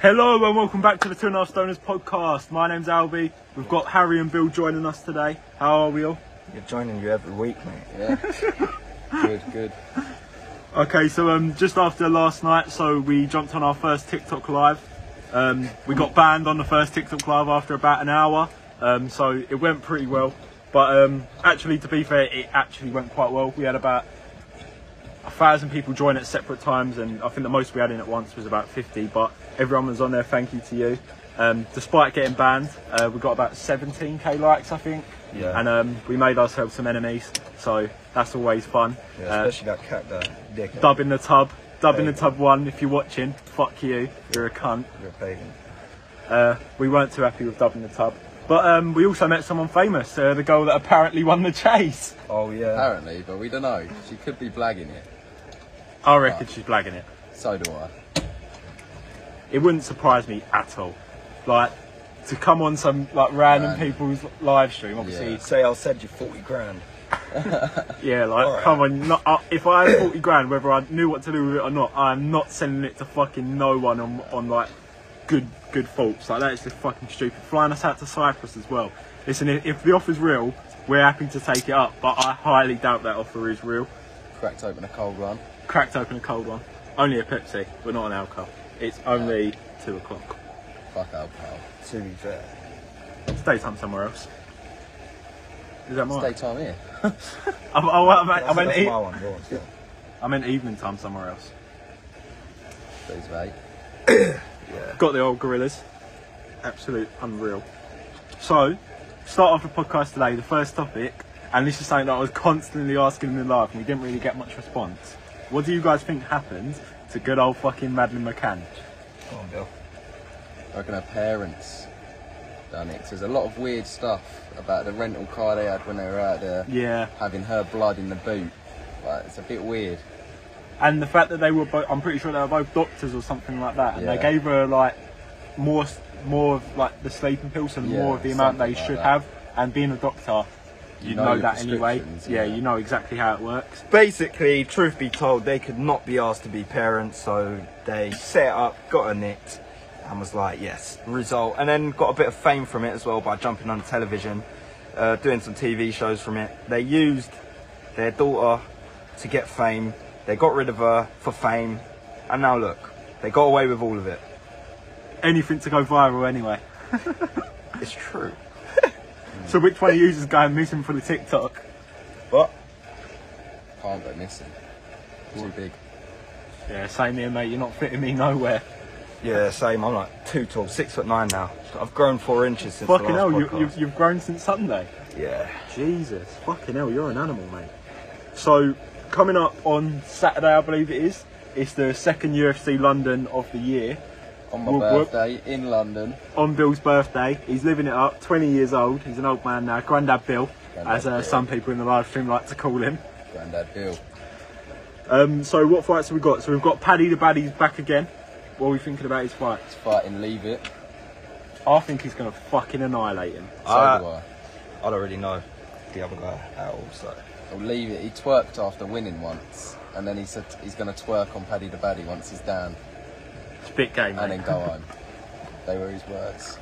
Hello and welcome back to the Two and a Half Stoners podcast. My name's Albie. We've got Harry and Bill joining us today. How are we all? You're joining you every week, mate. Yeah. good, good. Okay, so um, just after last night, so we jumped on our first TikTok live. Um, we got banned on the first TikTok live after about an hour, um, so it went pretty well. But um, actually, to be fair, it actually went quite well. We had about a thousand people join at separate times, and I think the most we had in at once was about 50. But everyone was on there. Thank you to you. Um, despite getting banned, uh, we got about 17k likes, I think. Yeah. And um, we made ourselves some enemies, so that's always fun. Yeah, Uh, especially that cat there, dick. Dub in the tub. Dub in the Hey. tub one. If you're watching, fuck you. You're a cunt. You're a pagan. Uh, we weren't too happy with Dub in the tub. But um, we also met someone famous, uh, the girl that apparently won the chase. Oh Uh, yeah. Apparently, but we don't know. She could be blagging it. I reckon she's blagging it. So do I. It wouldn't surprise me at all. Like, to come on some like random Random. people's live stream, obviously. Say I'll send you forty grand. Yeah, like, Alright. come on. Not, uh, if I had 40 grand, whether I knew what to do with it or not, I'm not sending it to fucking no one on, on like, good good faults. Like, that is just fucking stupid. Flying us out to Cyprus as well. Listen, if, if the offer's real, we're happy to take it up, but I highly doubt that offer is real. Cracked open a cold one. Cracked open a cold one. Only a Pepsi. We're not an alcohol. It's only 2 o'clock. Fuck out, pal. To be fair. It's daytime somewhere else. Is that It's mine? daytime here. I, I, I, meant- I, That's, meant that's e- my one. Yours, yeah. I meant evening time somewhere else. Please, mate. Got the old gorillas. Absolute unreal. So, start off the podcast today, the first topic, and this is something that I was constantly asking them in live and we didn't really get much response. What do you guys think happened to good old fucking Madeline McCann? Come on, Bill. I reckon her parents done it. 'Cause There's a lot of weird stuff about the rental car they had when they were out there, Yeah. having her blood in the boot. Like, it's a bit weird. And the fact that they were both, I'm pretty sure they were both doctors or something like that, and they Yeah. gave her like more, s- more of like the sleeping pills and Yeah, more of the amount they something should like that. have. And being a doctor, you, You know, know your that anyway. prescriptions, Yeah, yeah. you know exactly how it works. Basically, truth be told, they could not be asked to be parents, so they set it up, got a nicked, and was like, yes, result. And then got a bit of fame from it as well by jumping on television, uh, doing some TV shows from it. They used their daughter to get fame. They got rid of her for fame, and now look, they got away with all of it. Anything to go viral anyway. It's true. So which one of you is going missing for the TikTok? But Can't go missing. Too big. Yeah, same here, mate. You're not fitting me nowhere. yeah, same. I'm like too tall, six foot nine now. I've grown four inches since fucking the hell, last you, podcast. you've, you've grown since Sunday. Yeah. Jesus, fucking hell, you're an animal, mate. So coming up on Saturday, I believe it is. It's the second UFC London of the year. On my Whoop, whoop. birthday in London. on Bill's birthday. He's living it up, 20 years old. He's an old man now, Grandad Bill, Grandad as uh, Bill. some people in the live stream like to call him. Grandad Bill. Um, so, what fights have we got? So, we've got Paddy the Baddy's back again. What are we thinking about his fight? It's fighting Leave It. I think he's going to fucking annihilate him. So Uh, do I. I don't really know the other guy at all, so. I'll leave it. He twerked after winning once, and then he said he's going to twerk on Paddy the Baddy once he's down, It's a big game, and mate. then go home. They were his words.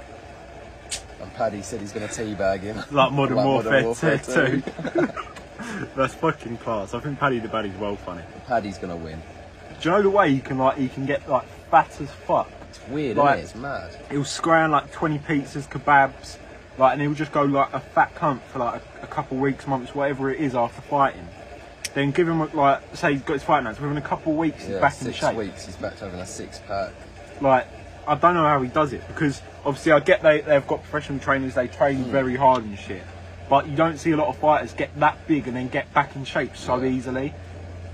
And Paddy said he's going to teabag him. Like Modern Warfare, 2. 2. That's fucking class. I think Paddy the Baddy's well funny. Paddy's going to win. Do you know the way he can like he can get like fat as fuck? It's weird, Right. isn't it? It's mad. he'll scrounge like 20 pizzas, kebabs, like, and he'll just go like a fat cunt for like a, a couple weeks, months, whatever it is after fighting. Then give him like, say he's got his fight nights, within a couple of weeks he's Yeah, back in six shape. weeks. He's back to having a six pack. Like, I don't know how he does it because obviously I get they, they've got professional trainers, they Mm. train very hard and shit, but you don't see a lot of fighters get that big and then get back in shape so Yeah. easily.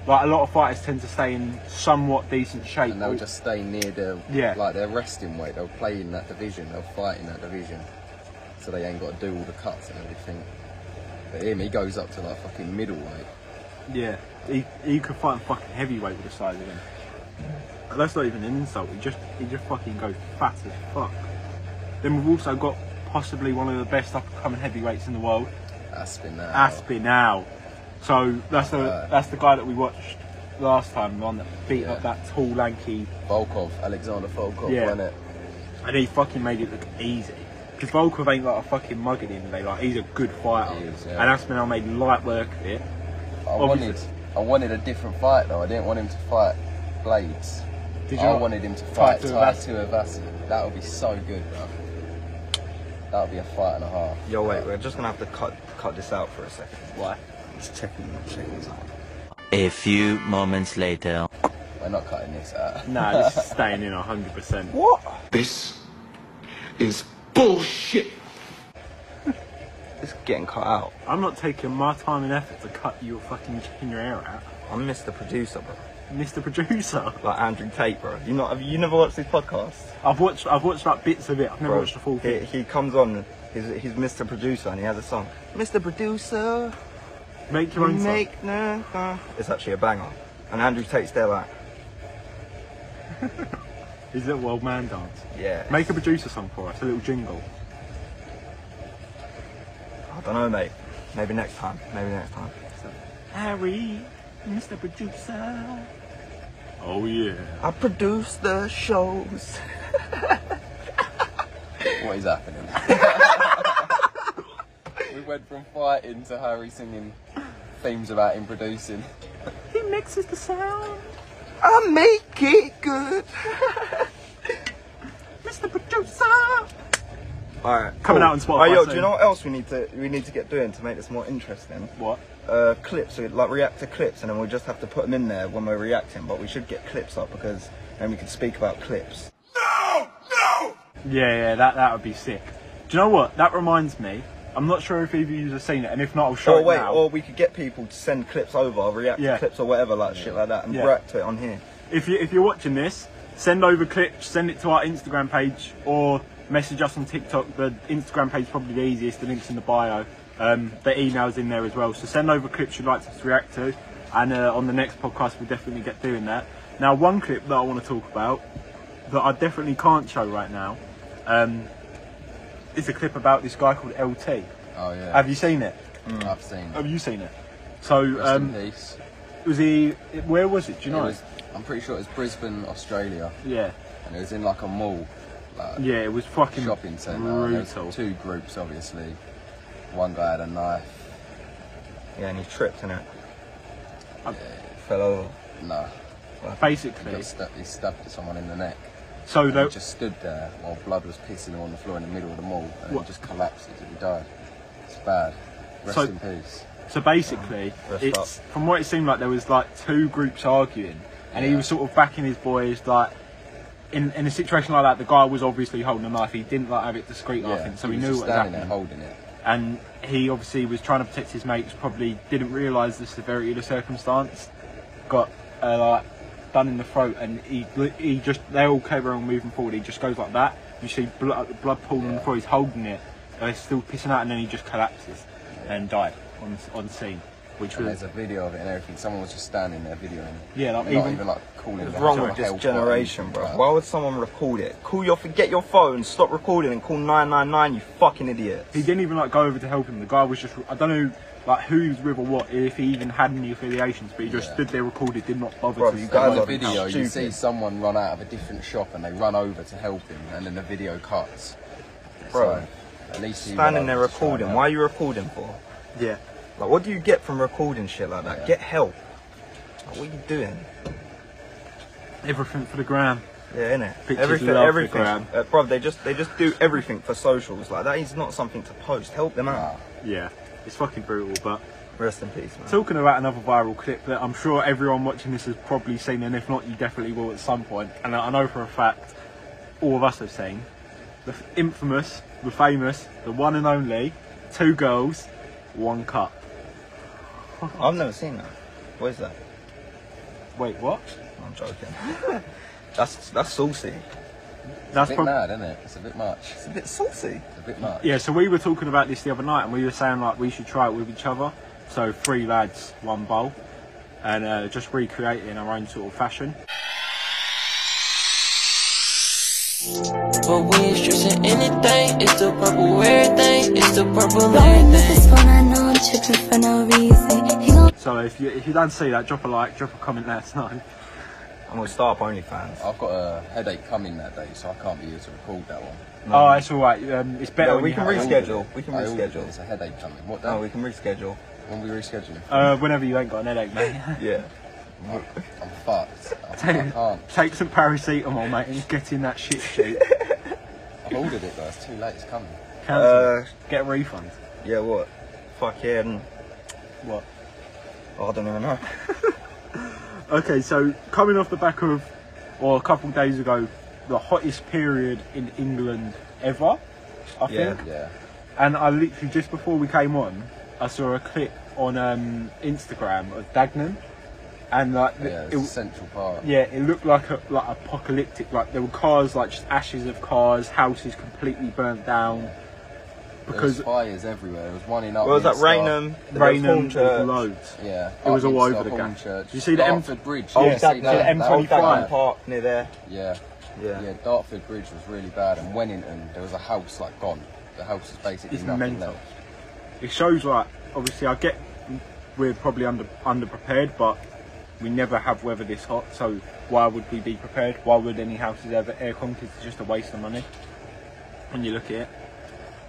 Like a lot of fighters tend to stay in somewhat decent shape. And they'll or- just stay near their, Yeah. like their resting weight. They'll play in that division. They'll fight in that division. So they ain't got to do all the cuts and everything. But him, he goes up to like fucking middleweight. Yeah, he, he could fight a fucking heavyweight with the size of him. That's not even an insult. He just he just fucking goes fat as fuck. Then we've also got possibly one of the best up and coming heavyweights in the world, Aspen now. Aspie now. So that's the Uh, that's the guy that we watched last time, the one that beat Yeah. up that tall lanky. Volkov, Alexander Volkov, Yeah. wasn't it? and he fucking made it look easy. Because Volkov ain't like a fucking mug at the end of the day. Like he's a good fighter, He is, yeah. and Aspinall made light work of it. I Obviously. wanted, I wanted a different fight though. I didn't want him to fight Blades. Did I you- wanted him to Fight fight to Taito Avasi. That would be so good, bro. That would be a fight and a half. Yo, wait, we're just gonna have to cut cut this out for a second. Why? Just checking, checking this out. A few moments later. We're not cutting this out. Nah, this is staying in hundred percent. What? This is bullshit. It's getting cut out. I'm not taking my time and effort to cut your fucking chicken your hair out, I miss the producer, bro. Mr. Producer. Like Andrew Tate, bro. You not? Have you never watched his podcast? I've watched, I've watched like bits of it. I've never Bro, watched the full he, thing. he comes on. He's, he's Mr. Producer, and he has a song. Mr. Producer, Make your you own. Make- make no. no. It's actually a banger. And Andrew Tate's there like, His little old man dance. yeah. Make a producer song for us. A little jingle. I don't know, mate. Maybe next time. Maybe next time. Harry, Mr. Producer. Oh yeah. I produce the shows. what is happening? we went from fighting to Harry singing themes about him producing. He mixes the sound. I make it good. Mr. Producer. All right, Coming out on Spotify Alright, yo, do soon. you know what else we need to we need to get doing to make this more interesting? What? Uh, clips, we like react to clips, and then we'll just have to put them in there when we're reacting. But we should get clips up because then we can speak about clips. Yeah, yeah, that that would be sick. Do you know what? That reminds me. I'm not sure if either of you have seen it, and if not, I'll show Or it Oh, wait, now. or we could get people to send clips over, react Yeah. to clips or whatever, like shit like that, and Yeah. react to it on here. If you if you're watching this, send over clips, send it to our Instagram page, or message us on TikTok. The Instagram page is probably the easiest. The link's in the bio. Um, the email's in there as well. So send over clips you'd like us to react to, and uh, on the next podcast we'll definitely get doing that. Now, one clip that I want to talk about that I definitely can't show right now um, is a clip about this guy called LT. Oh yeah. Mm. Have you seen it? I've seen. Have you seen it? So Rest um, in peace. was he? Where was it? Do you It know? was- I'm pretty sure it was Brisbane, Australia, yeah, and it was in like a mall, like yeah. It was fucking shopping centre. and there was Brutal. two groups, obviously. One guy had a knife. Yeah, and he tripped and it Um, fell over. No, he, Basically, got stu- he stabbed someone in the neck. so And he though, just stood there while blood was pissing him on the floor in the middle of the mall, and What? he just collapsed and he died. It's bad. Rest So- in peace. so basically, Rest it's from what it seemed like there was like two groups arguing, and he Yeah. was sort of backing his boys. Like in in a situation like that, the guy was obviously holding a knife. He didn't like have it discreet like him, so he, was knew just what was standing happening. there holding it. and he obviously was trying to protect his mates. Probably didn't realise the severity of the circumstance. Got uh, like done in the throat, and he li- he just they all came on moving forward. He just goes like that. You see blood blood pooling on the Yeah. floor. He's holding it. And he's still pissing out, and then he just collapses and died on on scene, which And was there's a video of it and everything. Someone was just standing there videoing it. Yeah, like, They're not even- even like calling. What's the wrong help with or this anything generation, bro? like that. Why would someone record it? Call your forget your phone, stop recording, and call 999. You fucking idiot. he didn't even like go over to help him. The guy was just I don't know like who he was with or what if he even had any affiliations, but he just Yeah. stood there recorded, did not bother. Bro, to you stand guys up. On the are video, you stupid. see someone run out of a different shop and they run over to help him, and then the video cuts. Bro. So, at least he Standing went there over to try and recording. help. Why are you recording for? yeah. Like, what do you get from recording shit like that? Yeah. Get help. Like, what are you doing? Everything for the gram. Yeah, innit? Pictures everything, love the everything. gram. Uh, bro, they just they just do everything for socials. Like, that is not something to post. Help them out. Yeah. It's fucking brutal, but Rest in peace, man. Talking about another viral clip that I'm sure everyone watching this has probably seen, and if not, you definitely will at some point. And I I know for a fact, all of us have seen the f- infamous, the famous, the one and only, two girls, one cup. I've never seen that. What is that? Wait, what? I'm joking. that's that's saucy. That's It's a bit prob- mad, isn't it? It's a bit much. It's a bit saucy. It's a bit much. Yeah, so we were talking about this the other night, and we were saying like we should try it with each other. So three lads, one bowl, and uh, just recreate it in our own sort of fashion. But we ain't stressing anything. It's the purple everything. It's the purple Rolling with everything. his phone, I know I'm tripping for no reason. He gon' So if you if you don't see that, drop a like, drop a comment, let us know. I'm going to start up OnlyFans. I've got a headache coming that day, so I can't be here to record that one. Oh, it's all right. Um, it's better. Yeah, when we you can have it all. reschedule. We can I ordered it, reschedule. There's a headache coming. What day? Oh, we can reschedule. when we rescheduling? Uh, whenever you ain't got an headache, mate. Yeah. I'm fucked. I Oh. can't. Take some paracetamol, mate, and get in that shit sheet. I've ordered it, but it's too late. It's coming. Cancel. it. get a refund. Yeah, what? Fucking. What? Oh, I don't even know. Okay, so coming off the back of, or a couple of days ago, the hottest period in England ever, I Yeah. think. Yeah. And I literally just before we came on, I saw a clip on um, Instagram of Dagenham, and like the- Yeah, it's it, Central Park. yeah, it looked like a, like apocalyptic. Like there were cars, like just ashes of cars, houses completely burnt down There was because fires everywhere. There was one in up. Well, was that Raynham? the Raynham Reformed Church? was loads. Yeah. It was up all in over the Stockholm gap. Church. Did you see the M- Dartford Bridge? Oh, Did you that- see that M- That old 25. fucking park near there. Yeah. Yeah. Yeah, Dartford Bridge was really bad, and Wennington, there was a house like gone. The house was basically It's nothing mental. left. it shows like obviously I get we're probably under underprepared, but we never have weather this hot. So why would we be prepared? Why would any houses ever aircon? Because it's just a waste of money. When you look at it,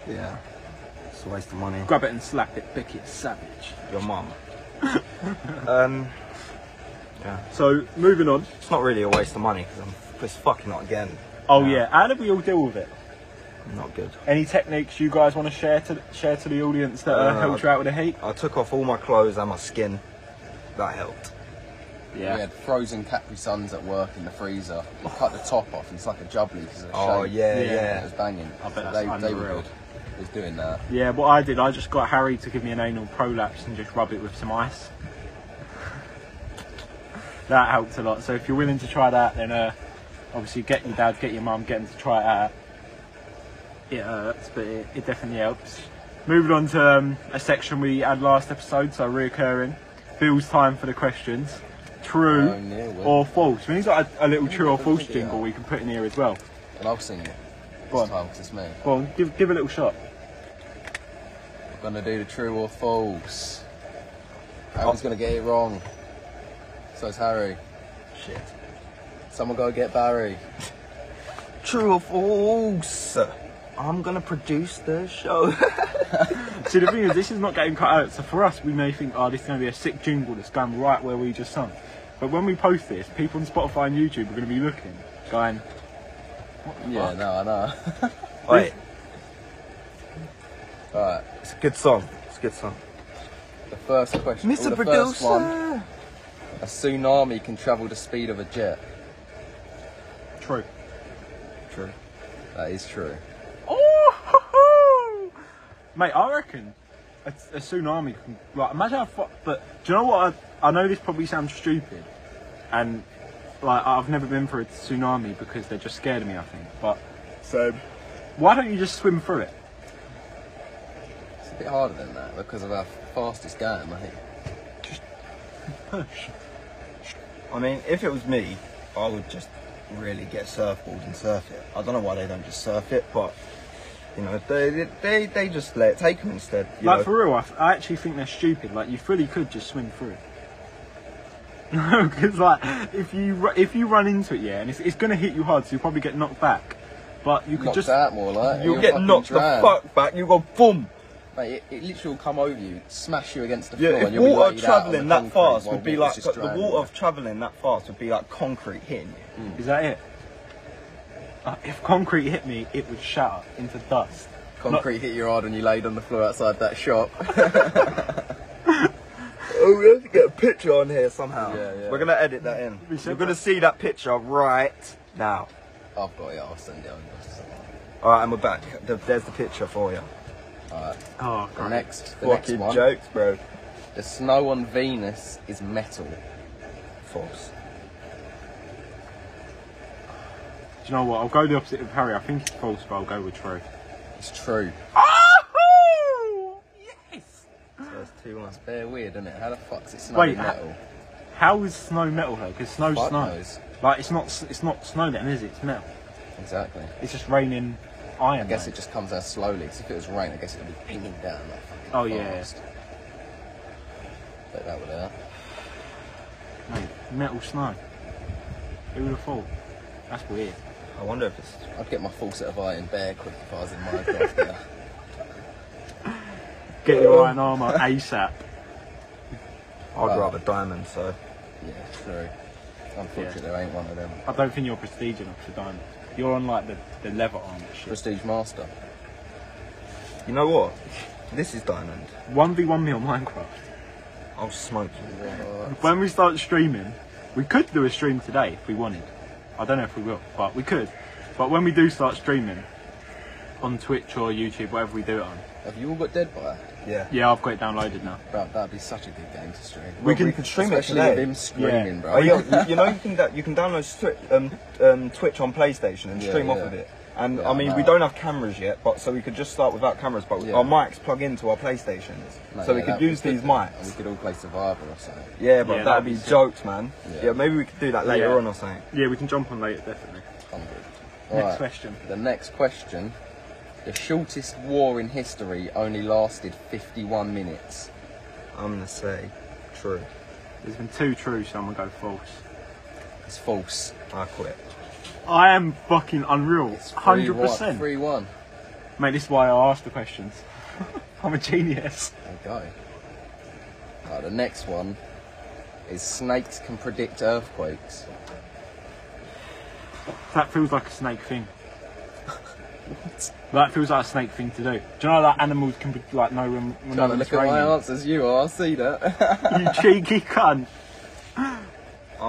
Yeah. It's a waste of money. grab it and slap it, pick it, savage. Your mum. um, So moving on. it's not really a waste of money because I'm just fucking not again. Oh No. yeah, how did we all deal with it? Not good. Any techniques you guys want to share to share to the audience that uh, Uh, helped you out with the heat? I took off all my clothes and my skin. That helped. We had frozen Capri Suns at work in the freezer. You cut the top off and it's like a jubbly because of the Oh, shape. yeah, Yeah. yeah. It was banging. I bet So that's they, they were unreal. good. It was doing that. Yeah, what I did, I just got Harry to give me an anal prolapse and just rub it with some ice. that helped a lot. So if you're willing to try that, then uh, obviously get your dad, get your mum, get them to try it out. It hurts, but it, it definitely helps. Moving on to um, a section we had last episode, so reoccurring. Bill's time for the questions. True Oh, no, well. or false. We need like a, a little true or false jingle we can put in here as well. And I'll sing it Go this on, time because it's me. go on, give, give a little shot. I'm gonna do the true or false. I was gonna get it wrong. So it's Harry. Shit. Someone go get Barry. True or false? I'm gonna produce the show. See, the thing is, this is not getting cut out. So for us, we may think, oh, this is going to be a sick jingle that's gone right where we just sung. But when we post this, people on Spotify and YouTube are going to be looking, going, Yeah, no, I know. Wait, Alright, it's a good song. It's a good song. the first question. Mr. or the first one. Producer. A tsunami can travel the speed of a jet. true. True. That is true. Oh, mate, I reckon a, a tsunami can. Like, imagine how. Fu- but do you know what? I, I know this probably sounds stupid, and like I've never been through a tsunami because they're just scared of me. I think, but so why don't you just swim through it? It's a bit harder than that because of our fastest game, I think. Push. I mean, if it was me, I would just really get surfboard and surf it. I don't know why they don't just surf it, but you know, they they they just let it take them instead. You like know? for real, I, I actually think they're stupid. Like you fully could just swim through it. No, because like if you ru- if you run into it, yeah, and it's, it's gonna hit you hard, so you'll probably get knocked back. But you could Knocked just out more like. you you'll get fucking knocked drown. the fuck back. You go boom. Mate, it, it literally will come over you, smash you against the Yeah, floor, and if you'll water be laid out on the traveling that concrete fast while would be water's like just the drowning you. water traveling that fast would be like concrete hitting you. is that it? Like, if concrete hit me, it would shatter into dust. Concrete hit you hard when you laid on the floor outside that shop. Oh, we have to get a picture on here somehow. Yeah, yeah. We're gonna edit that in. We said You're gonna that. see that picture right now. I've got it, I'll send it over. All right, and we're back. The- There's the picture for you. Oh The god. next, the next Fucking one. jokes, bro. The snow on Venus is metal. False. Do you know what? I'll go the opposite of Harry. I think it's false, but I'll go with true. It's true. Oh! Yes. So that's two ones. They're weird, isn't it? How the fuck's it snow Wait, ha- metal? How is snow metal though? Because snow's Fuck snow. knows. Like it's not s- it's not snow then, is it? It's metal. Exactly. It's just raining iron. I guess mate. it just comes out slowly. 'cause if it was rain, I guess it would be pinging down. Like, fucking Oh, yeah. fast. Bet that would hurt. Mate, metal snow. Who would have thought? That's weird. I wonder if it's. I'd get my full set of iron bare quick if I was in Minecraft. yeah. Get your iron armor ASAP. I'd Well- rather diamond, so. yeah, true. Unfortunately, there ain't one of them. I don't think you're prestige enough to diamond. You're on like the, the leather armor shit. Prestige Master. You know what? This is diamond. 1v1 me on Minecraft. I'll smoke you. Uh, When we start streaming, we could do a stream today if we wanted. I don't know if we will, but we could. But when we do start streaming on Twitch or YouTube, whatever we do it on, Have you all got Dead by? Yeah. yeah, I've got it downloaded now. Bro, that'd be such a good game to stream. We can- could stream it Especially today. with him screaming, Yeah. bro. Oh, yeah, you know you can da- you can download Stwi- um, um, Twitch on PlayStation and Yeah, stream off yeah. of it. And Yeah, I mean, I we know. don't have cameras yet, but so we could just start without cameras. But Yeah. our mics plug into our PlayStations, Mate, so we yeah, could that'd be use good, these then. And We mics. could all play Survivor or something. Yeah, but Yeah, that'd that'd be be sick. jokes, man. Yeah. Yeah. maybe we could do that later Yeah. on or something. Yeah, we can jump on later, definitely. I'm Next good. Alright, question. The next question. The shortest war in history only lasted 51 minutes. I'm gonna say true. There's been two true, so I'm gonna go false. It's false. I quit. I am fucking unreal. It's 100%. 3 1. Mate, this is why I ask the questions. I'm a genius. There you go. Alright, the next one is snakes can predict earthquakes. That feels like a snake thing. that feels like a snake thing to do. Do you know like animals can be like know when when Trying to it's look at my raining? answers, you are. I see that. You cheeky cunt. I'm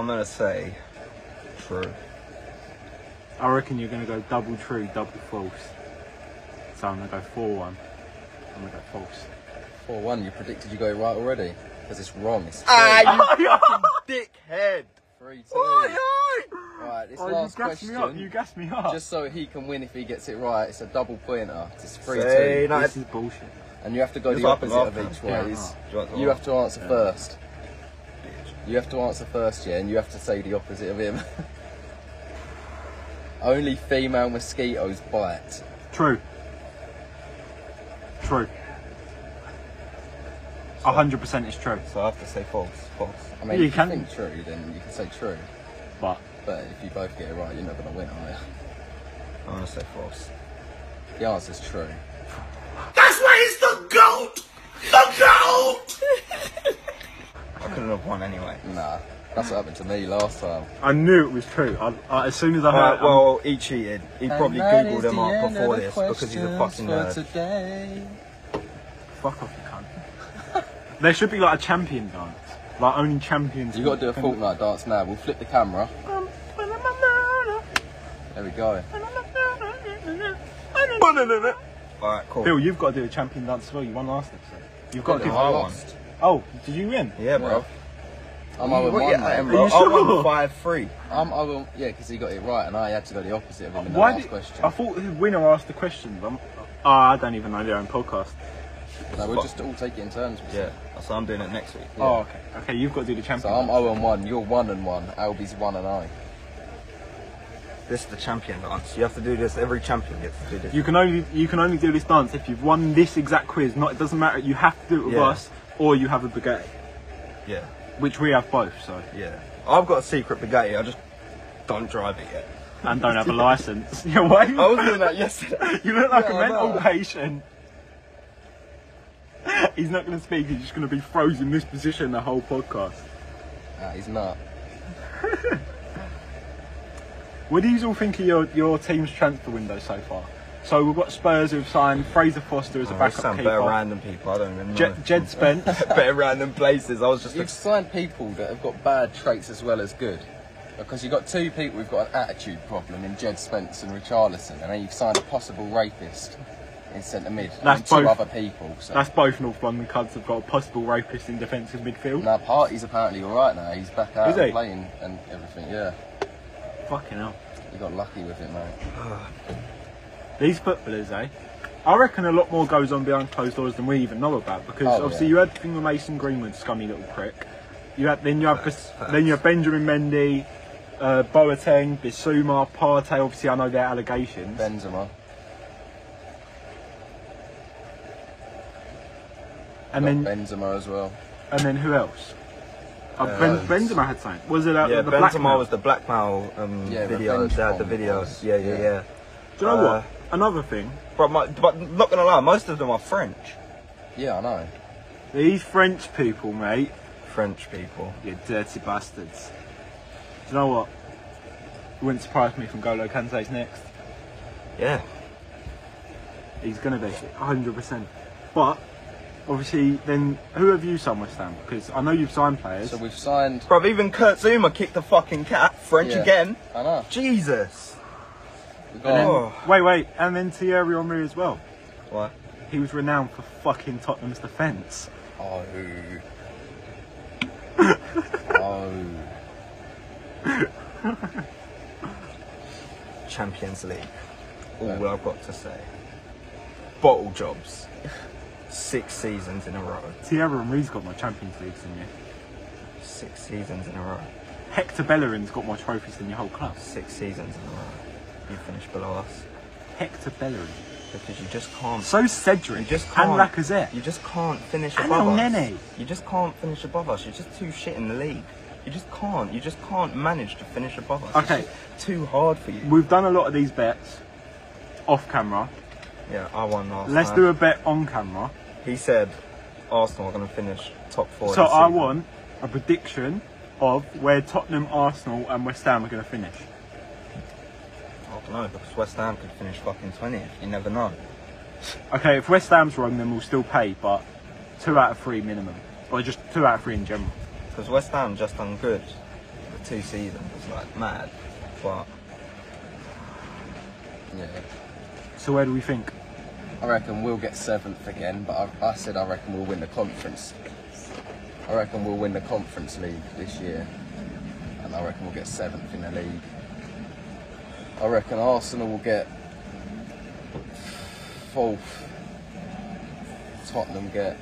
gonna say true. I reckon you're gonna go double true, double false. So I'm gonna go four one. I'm gonna go false. 4 1, you predicted you go right already. Because it's wrong. It's Dickhead. 3 2. Alright, this Oh, you last gassed me up. question. You gassed me up. Just so he can win if he gets it right, it's a double pointer. It's 3 Say 2. no. this is bullshit. And you have to go Just the like the opposite of last each time. way. Yeah. It's- Do want to You have laugh? to answer first. You have to answer first, yeah, and you have to say the opposite of him. Only female mosquitoes bite. True. True. A hundred percent is true. So I have to say false. False. I mean, You if you can- think true, then you can say true. But But if you both get it right, you're not going to win, are you? I'm gonna say false. The answer's true. I couldn't have won anyway. Nah, that's what happened to me last time. I knew it was true. I, I, as soon as I heard, Alright, I'm- well, he cheated. He probably And that googled is them the up end of before the this because he's a fucking questions for nerd. today. fuck off, you cunt. there should be like a champion dance. Like only champions. you got to do a can- Fortnite dance now. We'll flip the camera. There we go. Alright, cool. Bill, you've got to do a champion dance as well. You won last episode. You've got to Yeah, give. I won. lost. Oh, did you win? Yeah, bro. I'm Well, 0 1. yeah, I am, mate. bro. you sure? I won five three. I'm, I will, yeah, because he got it right, and I had to go the opposite of him in the Why last did Oh, question. I thought the winner asked the questions? I'm, oh, I don't even know their own podcast. No, we'll just all take it in turns. Yeah, so I'm doing it next week. Oh, okay. Okay, you've got to do the So champion. I'm dance. 0 and 1, you're 1 and 1, Albie's 1 and I. This is the champion dance. You have to do this. Every champion gets to do this. You can only you can only do this dance if you've won this exact quiz. Not it doesn't matter. You have to do it with Yeah. us, or you have a baguette, yeah, which we have both. So yeah. I've got a secret Bugatti. I just don't drive it yet. and don't have a license. Yeah, why? I was doing that yesterday. You look like Oh. Yeah, a I mental know. patient. He's not going to speak. He's just going to be frozen in this position the whole podcast. Ah, he's not. What do you all think of your, your team's transfer window so far? So we've got Spurs who've signed Fraser Foster as a Oh, this backup sound better keeper. random people. I don't even know. Je- Jed Spence. better random places. I was just. You've signed people that have got bad traits as well as good. Because you've got two people who've got an attitude problem in Jed Spence and Richarlison, and then you've signed a possible rapist in centre mid. That's and two both. other people. So. That's both North London cuds have got a possible rapist in defensive midfield. Now, Party's apparently alright now, he's back out Is and he? playing and everything, yeah. Fucking hell. You got lucky with it, mate. These footballers, eh? I reckon a lot more goes on behind closed doors than we even know about because Oh, obviously yeah. you had the thing with Mason Greenwood, scummy little prick. You had then you had Bis- facts. then you had Benjamin Mendy, uh, Boateng, Bissouma, Partey. Obviously, I know their allegations. Benzema. and then Benzema as well. and then who else? Uh, ben, Benzema had something. Was it uh, yeah, the black Benzema was the blackmail um, Yeah, video. revenge They had the bomb videos. was. Yeah, yeah, Yeah. yeah. Do you know uh, what? Another thing. But, my, but not gonna lie, most of them are French. Yeah, I know. These French people, mate, French people. you dirty bastards. Do you know what? It wouldn't surprise me from Golo Kante's next. Yeah. He's going to be, 100%. But, obviously, then who have you signed West Ham? Because I know you've signed players. So we've signed. Bruv, even Kurt Zuma kicked the fucking cat. French Yeah. again. I know. Jesus. We've And got. then- Oh. Wait, wait. And then Thierry Henry as well. What? He was renowned for fucking Tottenham's defence. Oh. oh. Champions League. All Yeah. I've got to say. Bottle jobs. Six seasons in a row. Thierry Henry's got more Champions Leagues than you. Six seasons in a row. Hector Bellerin's got more trophies than your whole club. Six seasons in a row. You finished below us Hector Bellerin. because you just can't. So you Cedric just and can't. Lacazette. You just can't finish And above us. Elneny. You just can't finish above us. You're just too shit in the league. You just can't. You just can't manage to finish above us. Okay. It's just too hard for you. We've done a lot of these bets off camera. Yeah, I won last Let's night. do a bet on camera. He said Arsenal are going to finish top four. so this I season. want a prediction of where Tottenham, Arsenal, and West Ham are going to finish. I don't know because West Ham could finish fucking twentieth. You never know. Okay, if West Ham's wrong, then we'll still pay, but two out of three minimum, or just two out of three in general. Because West Ham just done good for two seasons. It's like mad. But Yeah. So where do we think? I reckon we'll get seventh again, but I, I said I reckon we'll win the conference. I reckon we'll win the conference league this year, and I reckon we'll get seventh in the league. I reckon Arsenal will get fourth. Tottenham get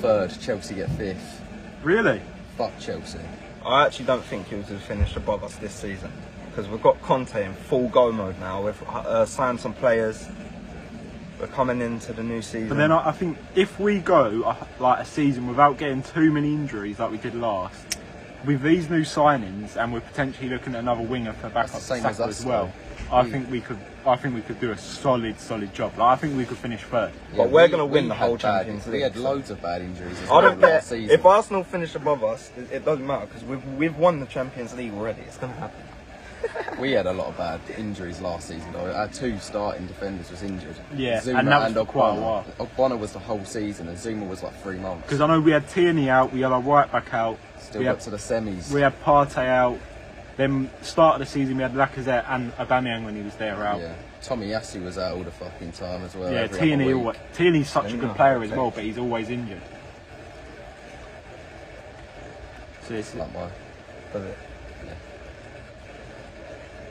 third. Chelsea get fifth. Really? Fuck Chelsea. I actually don't think he was going to finish above us this season because we've got Conte in full go mode now. We've uh, signed some players. We're coming into the new season. But then I, I think if we go uh, like a season without getting too many injuries like we did last, with these new signings and we're potentially looking at another winger for backup the same Saka as us, Hmm. as well, I think we could. I think we could do a solid, solid job. Like, I think we could finish third. But we're gonna win the whole had bad- Champions We League, had so- loads of bad injuries. As I don't well care last season. if Arsenal finish above us. It, it doesn't matter because we've we've won the Champions League already. It's going to happen. We had a lot of bad injuries last season. Though. Our two starting defenders was injured. Yeah, Zuma and that was and for quite a Ogbonna. Ogbonna was the whole season, and Zuma was like three months. Because I know we had Tierney out, we had our right back out, Still we got had to the semis. we had Partey out. Then start of the season we had Lacazette and Aubameyang when he was there out. yeah, Tommy Yasu was out all the fucking time as well. Yeah, E every Tierney. other week. alwa- Tierney's such a Then good no, player as okay. well, but he's always injured. So it's, Like my- Does it?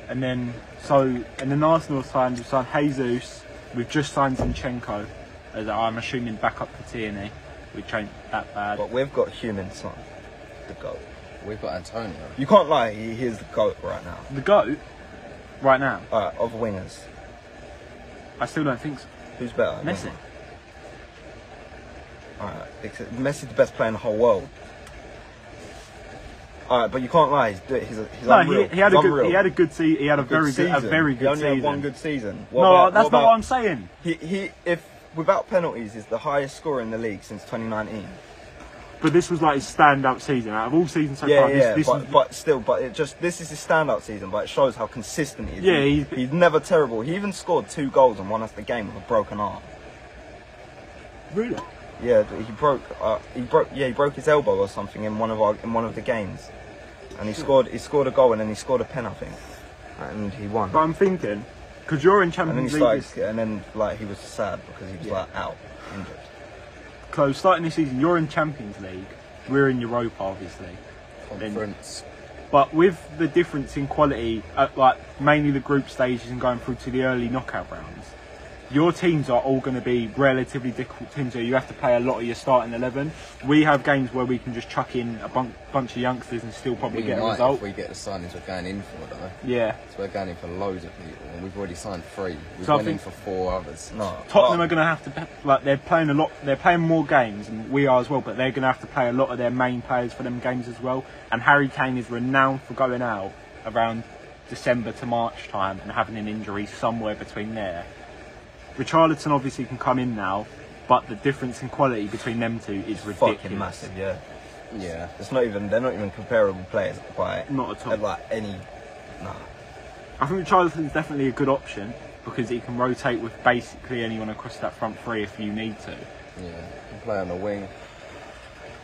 and then so and then Arsenal signed. We've signed Jesus. We've just signed Zinchenko, as I'm assuming backup for Tierney, which ain't that bad. But we've got human son, the goat. We've got Antonio. You can't lie. He, he is the goat right now. the goat, right now, All right, of wingers, I still don't think so. who's better? Messi. Alright, except Messi's the best player in the whole world. Alright, but you can't lie. He's, he's, he's No, unreal. he, he had a He's good. unreal. He had a good season. He had a, Good very good, a season. very He good only season. had one good season. What no, about- that's not about- what I'm saying. He, he, if without penalties, is the highest scorer in the league since 2019. But this was like his standout season out of all seasons so yeah, far. yeah, this, this but, is, but still, but it just this is his standout season. But it shows how consistent he is. Yeah, he's, he's- he's never terrible. He even scored two goals and won us the game with a broken arm. really. Yeah, he broke. Uh, he broke. Yeah, he broke his elbow or something in one of our in one of the games, and he scored. He scored a goal and then he scored a pen, I think, and he won. But I'm thinking, because you're in And then he Champions League, started, this, and then like he was sad because he was like out injured. close starting this season, you're in Champions League. We're in Europa, obviously. Conference. But with the difference in quality, at like mainly the group stages and going through to the early knockout rounds, your teams are all going to be relatively difficult teams where you have to play a lot of your starting 11. We have games where we can just chuck in a bun- bunch of youngsters and still probably We get a might result. if we get the signings we're going in for, don't we? Yeah. So we're going in for loads of people, and we've already signed three. We've So I gone in think- for four others. No. Tottenham are going to have to pe- like they're playing a lot. They're playing more games, and we are as well. But they're going to have to play a lot of their main players for them games as well. And Harry Kane is renowned for going out around December to March time and having an injury somewhere between there. Richarlison obviously can come in now, but the difference in quality between them two is ridiculous. Fucking massive, yeah. Yeah. It's not even they're not even comparable players by Not at all. Like any, nah. I think Richarlison's definitely a good option because he can rotate with basically anyone across that front three if you need to. Yeah. Can play on the wing.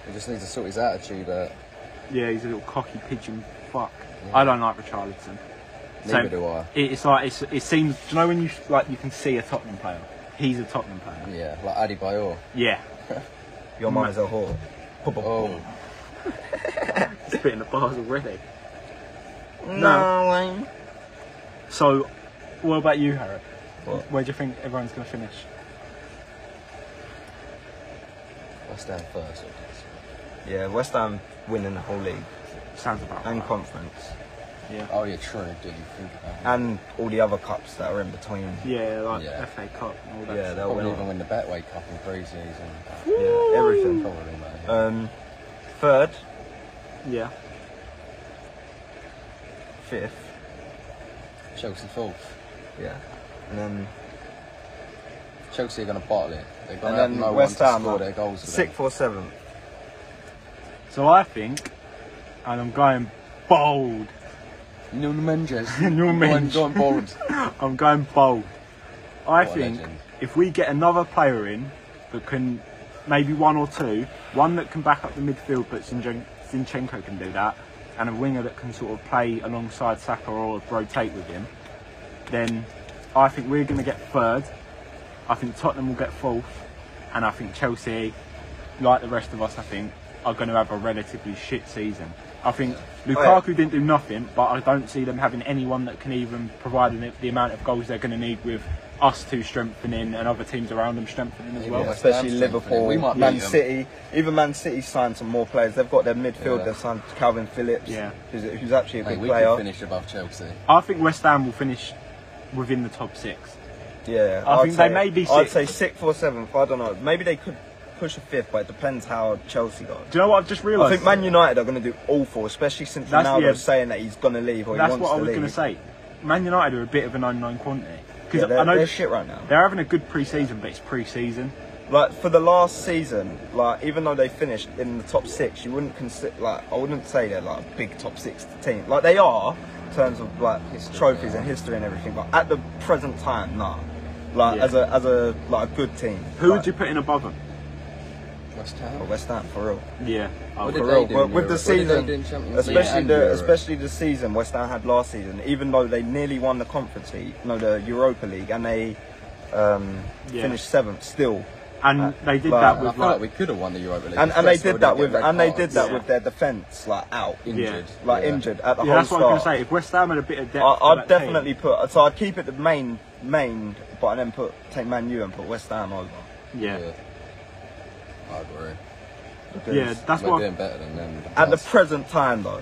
We just need to sort his attitude out. Yeah, he's a little cocky pigeon fuck. I don't like Richarlison. Neither do I. It, it's like it's, it seems. Do you know when you like you can see a Tottenham player? He's a Tottenham player. Yeah, like Adi Bayor. Yeah, Your mind's a whore. Oh, spitting the bars already. I'm- So, what about you, Harry? What? Where do you think everyone's going to finish? West Ham first. Yeah, West Ham winning the whole league Sounds about and right. conference Yeah, Oh, yeah, true. Didn't think about that. and all the other cups that are in between. yeah, like Yeah. FA Cup and all that. Yeah, they'll Probably win even all- win the Betway Cup in pre-season. yeah, everything. Probably, mate. Um, third, yeah. fifth, Chelsea fourth. yeah, and then Chelsea are going to bottle it. They're going and to have then no West one to Ham score like, their goals. for them. sixth or seventh. So I think, and I'm going bold. Nuno Mendes. Nuno Mendes. Going bold. I'm going bold. I What a think legend. if we get another player in that can, maybe one or two, one that can back up the midfield, but Zinchenko, Zinchenko can do that, and a winger that can sort of play alongside Saka or rotate with him, then I think we're going to get third. I think Tottenham will get fourth, and I think Chelsea, like the rest of us, I think, are going to have a relatively shit season. I think Oh, Lukaku didn't do nothing, but I don't see them having anyone that can even provide the, the amount of goals they're going to need with us two strengthening and other teams around them strengthening as well. Yeah. West especially Ham's Liverpool, strengthening. We might Man beat 'em. City. Even Man City signed some more players. They've got their midfield. Yeah. They've signed Calvin Phillips, Yeah. who's, who's actually a Hey, good we could player. finish above Chelsea. I think West Ham will finish within the top six. Yeah, I I'd think they say- may be I'd sixth. say sixth or seventh. I don't know. Maybe they could push a fifth, but it depends how Chelsea go. Do you know what I've just I realised? think Man United are going to do awful, especially since That's the- Ronaldo's yeah. saying that he's going to leave or That's he wants what I to was leave. going to say. Man United are a bit of an unknown quantity. Yeah, Because they're, I know they're shit right now. they're having a good pre-season, but it's pre-season. Like for the last season, like even though they finished in the top six, you wouldn't consider like I wouldn't say they're like a big top six team. Like they are in terms of like trophies and history and everything, but at the present time, nah. Like Yeah. as a as a like a good team. Who like, would you put in above them? West Well, Ham. West Ham for real. Yeah. I What would. did For they real. do Well, in with the Europe? What did they do season, in Champions League especially and the Europe? especially the season West Ham had last season, even though they nearly won the Conference League, no, the Europa League, and they um, Yeah. finished seventh still. and Uh, they did like- that I feel with like like, we could have won the Europa League. And, if and they Leicester did that didn't with get red and they cards. did that Yeah. with their defence like out, Injured. like yeah. injured at the yeah, that's whole what I was start. going to say. If West Ham had a bit of depth, I, for I'd that team- definitely put so I'd keep it the main main, but then put take Man U and put West Ham over. Yeah. Yeah. I agree. because Yeah, that's We're what. doing better than them. at the present time though,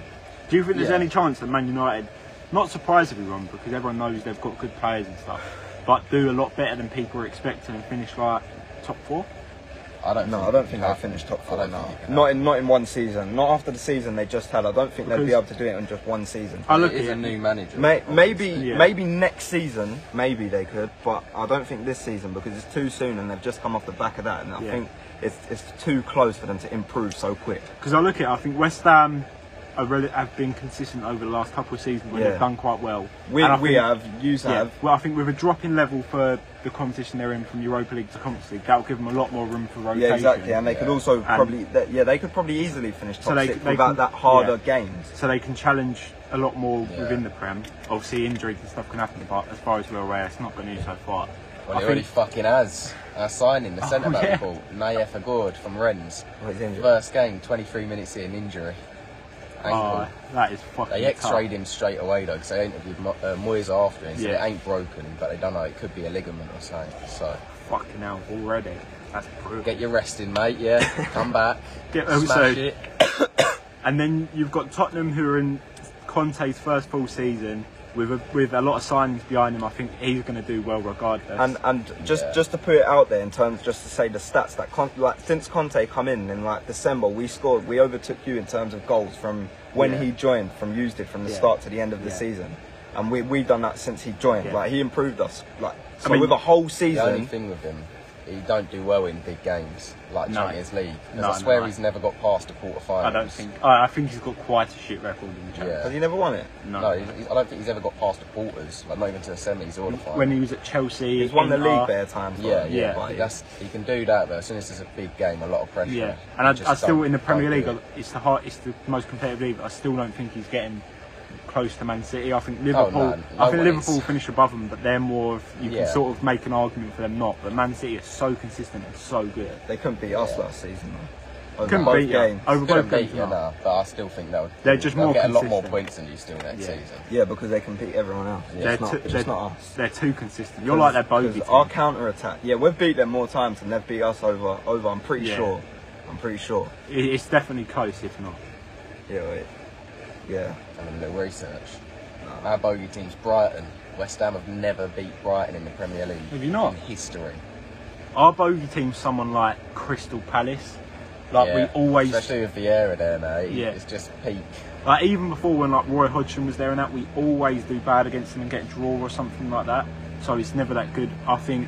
do you think there's yeah. any chance that Man United, not surprise everyone because everyone knows they've got good players and stuff, but do a lot better than people are expecting and finish like top four? I don't. No, think I don't it think can they'll happen. finish top I four don't now. think it can Not in not in one season. Not after the season they just had. I don't think they'd be Because- able to do it in just one season. I look at happen. It is a it. new manager. May, obviously. maybe Yeah. maybe next season, maybe they could, but I don't think this season because it's too soon and they've just come off the back of that, and I Yeah. think it's it's too close for them to improve so quick. Because I look at it, I think West Ham are really, have been consistent over the last couple of seasons where Yeah. they've done quite well. We, And I we think- have, you Yeah, have. well, I think with a drop in level for the competition they're in from Europa League to Conference League, that'll give them a lot more room for rotation. Yeah, exactly, and they could Yeah. also And- probably, that yeah, they could probably easily finish top So they- six they without can- that harder yeah. games. so they can challenge a lot more Yeah. within the Prem. Obviously, injuries and stuff can happen, but as far as we're aware, it's not going to so far. Well, I he already think- Oh, fucking has. Our signing, the centre back yeah. we bought, Nayef Agord from Rennes. Well, he's injured. First game, 23 minutes in, injury. ankle. Oh, that is fucking. They tough. x-rayed him straight away though, because they interviewed Mo- uh, Moyes after, and said Yeah. it ain't broken, but they don't know it could be a ligament or something. So Fucking hell, already. That's brutal. get your rest in, mate. Yeah, come back, Get- oh, smash so- it. And then you've got Tottenham who are in Conte's first full season with a, with a lot of signings behind him. I think he's going to do well regardless. And and just Yeah. just to put it out there in terms, just to say the stats that Con- like since Conte come in in like December, we scored, we overtook you in terms of goals from when Yeah. he joined, from used it from the Yeah. start to the end of the Yeah. season, and we we done that since he joined. Yeah. Like he improved us like so mean, with a whole The only season. thing with him, he don't do well in big games like No. Champions League. 'cause No, I swear no. he's never got past a quarter final. I don't think. I I think he's got quite a shit record in the Champions. Has Yeah. he never won it? No. No, he's, he's- I don't think he's ever got past the quarters. Like not even to the semis or the final. When he was at Chelsea, He's won the Inter- league bare times. yeah, yeah, like, Yeah. but that's he can do that, but as soon as it's a big game, a lot of pressure. Yeah, he and I, just I still don't- in the Premier don't do League, it. it's the hard, it's the most competitive league. But I still don't think he's getting close to Man City. I think Liverpool. Oh, no, no I think one Liverpool is. finish above them, but they're more. Of, you Yeah. can sort of make an argument for them not. But Man City are so consistent and so good. They couldn't beat us last season. though. Over Couldn't both beat Oh. you games. over both Couldn't games. beat you, no. no, but I still think they'll. They're just they'll more get a lot more consistent. points than you still next Yeah. season. Yeah, because they can beat everyone else. They're, It's, not, too, it's they're, not us. they're too consistent. You're like their bogey. Because team. Our counter attack. Yeah, we've beat them more times than they've beat us over. Over, I'm pretty Yeah. sure. I'm pretty sure. It- It's definitely close, if not. Yeah, wait. Yeah. And a little research. Our bogey team's Brighton. West Ham have never beat Brighton in the Premier League. Have you not? In history. Our bogey team's someone like Crystal Palace. Like we Yeah. always especially with Vieira there, mate. Yeah. it's just peak. Like even before when like Roy Hodgson was there and that, we always do bad against them and get a draw or something like that. So it's never that good, I think.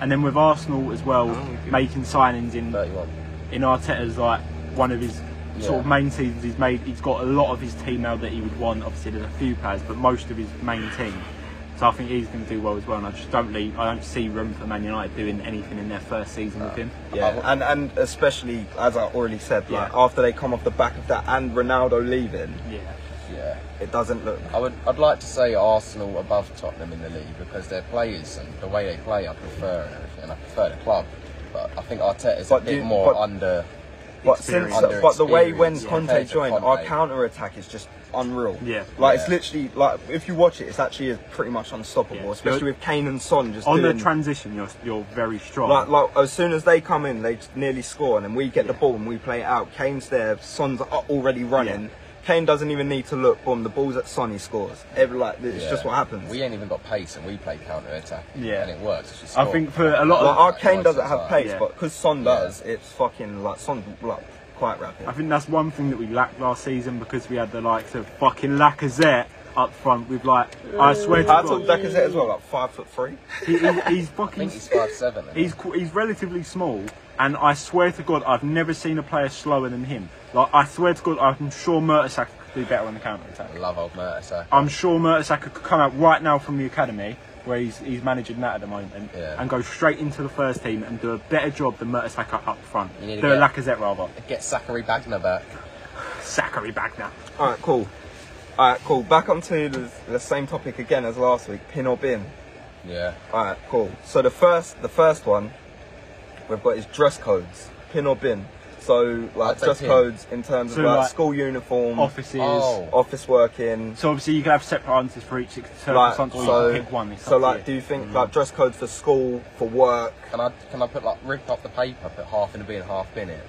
And then with Arsenal as Oh, well, making signings in Thirty-one. in Arteta's like one of his sort of Yeah. main teams he's made. He's got a lot of his team now that he would want. Obviously, there's a few players, but most of his main team. So I think he's going to do well as well. And I just don't really, I don't see room for Man United doing anything in their first season with him. Uh, Yeah, and and especially as I already said, like Yeah. after they come off the back of that and Ronaldo leaving, Yeah. Yeah. it doesn't look. I would. I'd like to say Arsenal above Tottenham in the league because their players and the way they play, I prefer and everything. And I prefer the club, but I think Arteta's a But bit you- more but- under. But since, Under but the way when experience, yeah. Conte Compared to joined, Conte. our counter attack is just unreal. Yeah. like it's Yeah. literally like if you watch it, it's actually pretty much unstoppable, Yeah. especially with Kane and Son just On the doing, transition, you're you're very strong. Like, like as soon as they come in, they just nearly score, and then we get the ball and we play it out. Kane's there, Son's a- already running. Yeah. Kane doesn't even need to look. Boom, the ball's at Son, he scores. Every like, it's Yeah. just what happens. We ain't even got pace, and we play counter attack. Yeah. and it works. It's just I score. think for a lot like, of our like, Kane most doesn't of the have time. pace, Yeah. but because Son Yeah. does, it's fucking like Son's like quite rapid. I think that's one thing that we lacked last season because we had the likes of fucking Lacazette up front with like I swear to I thought God, Lacazette as well, like five foot three. he, he, he's I fucking think he's five seven. he's qu- he's relatively small, and I swear to God, I've never seen a player slower than him. Like I swear to God, I'm sure Mertesacker could do better on the counter attack. I love old Mert. So I'm sure Mertesacker could come out right now from the academy where he's he's managing that at the moment Yeah. and go straight into the first team and do a better job than Mertesacker up front. You need to Do a get- Lacazette rather. get Zachary Wagner back. Zachary Bagner. All right, cool. All right, cool. Back onto the, the same topic again as last week: pin or bin. Yeah. All right, cool. So the first, the first one we've got is dress codes, pin or bin. So like I'd say dress pin. codes in terms So, of like, like, school uniform, Offices. Oh. office working. So obviously you can have separate answers for each circumstance, Like or you so, can pick one. It's so up to like, do you. you think Mm. like dress code for school, for work? Can I can I put like rip up the paper, put half in a bin, half bin it?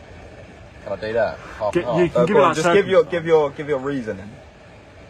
Can I do that? Half Get- and half. you- Uh, give go it on, like just give your circumstance. give your give your reasoning.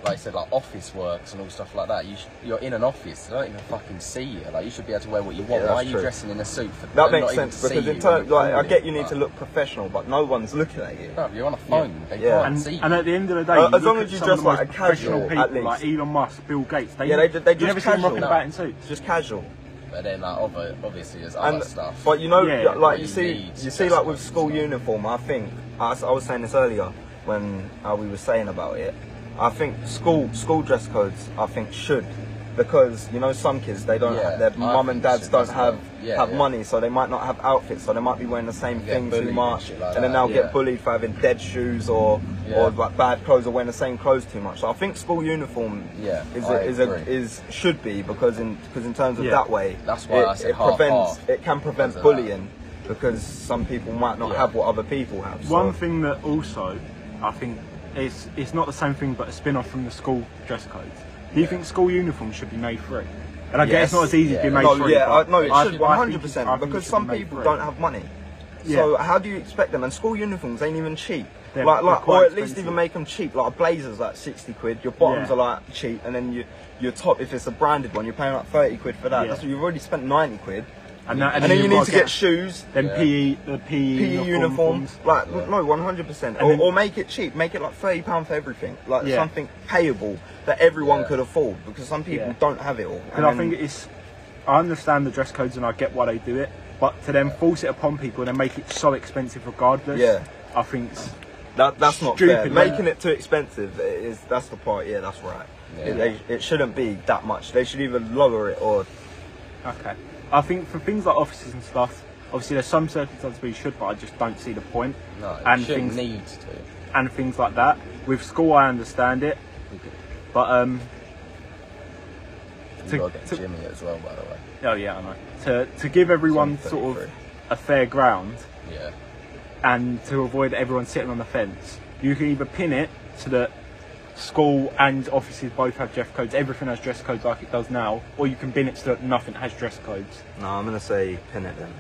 Like I said, like office works and all stuff like that. You sh- you're in an office. They don't even fucking see you. Like you should be able to wear what you want. Yeah, Why are that's you true. dressing in a suit for? That they're not makes even sense to see because in you terms, when you're like, I calling, get you need but- to look professional, but no one's looking at you. No, you're on a phone. They Yeah. can't And, see you. and at the end of the day, Uh, you as long look as at you some dress of the most like a professional casual, people, at least. like Elon Musk, Bill Gates, they Yeah, they- they you just never see them casual. rocking No. about in suits. Just casual. but then like obvi- obviously there's other and stuff. but you know Yeah, like but you you see need you see dress like with codes, school yeah. uniform i think I, s- I was saying this earlier when uh, we were saying about it i think school school dress codes i think should because you know some kids they don't Yeah, have their I mum and think dads should don't as have well. Yeah, have yeah. money so they might not have outfits so they might be wearing the same Get thing bullied too and much shit like and then that, they'll yeah. get bullied for having dead shoes or Yeah. or like bad clothes or wearing the same clothes too much so i think school uniform Yeah, is I a, is, a, agree. is should be because in because in terms of Yeah. that way That's why it, I said it half, prevents half. it can prevent Because of that. bullying because some people might not Yeah. have what other people have. so- One thing that also I think it's it's not the same thing, but a spin-off from the school dress codes. Do you think school uniforms should be made free? And I guess it's not as easy to be Yeah. made no, free. yeah, but I, no, it I- should I one think hundred it- I percent think it because should some be made people free. don't have money. So how do you expect them? And school uniforms ain't even cheap. They're- like, they're like, quite or at least expensive. even make them cheap. Like a blazer's like sixty quid. Your bottoms Yeah. are like cheap, and then you, your top if it's a branded one, you're paying like thirty quid for that. Yeah. That's what you've already spent ninety quid. and, that, And, then you you've need got to get shoes, then Yeah. PE E, the PE, PE uniforms. Like no, one hundred percent. Or then- or make it cheap. Make it like thirty pound for everything. Like Yeah. something payable that everyone Yeah. could afford because some people Yeah. don't have it all. And I think it's, I understand the dress codes and I get why they do it, but to then force it upon people and then make it so expensive regardless, Yeah. I think it's, That, that's not fair. Stupid, man. Making it too expensive is that's the part. Yeah, that's right. It, they, it shouldn't be that much. They should either lower it or okay. I think for things like offices and stuff, obviously there's some circumstances where you should, but I just don't see the point. No, it and shouldn't things need to. and things like that. With school, I understand it, but um, You To- gotta get to- Jimmy as well, by the way. oh yeah, I know. To to give everyone Something sort of free. a fair ground, Yeah. and to avoid everyone sitting on the fence. You can either pin it so that school and offices both have dress codes, everything has dress codes like it does now, or you can bin it so that nothing has dress codes. no. I'm gonna say pin it then.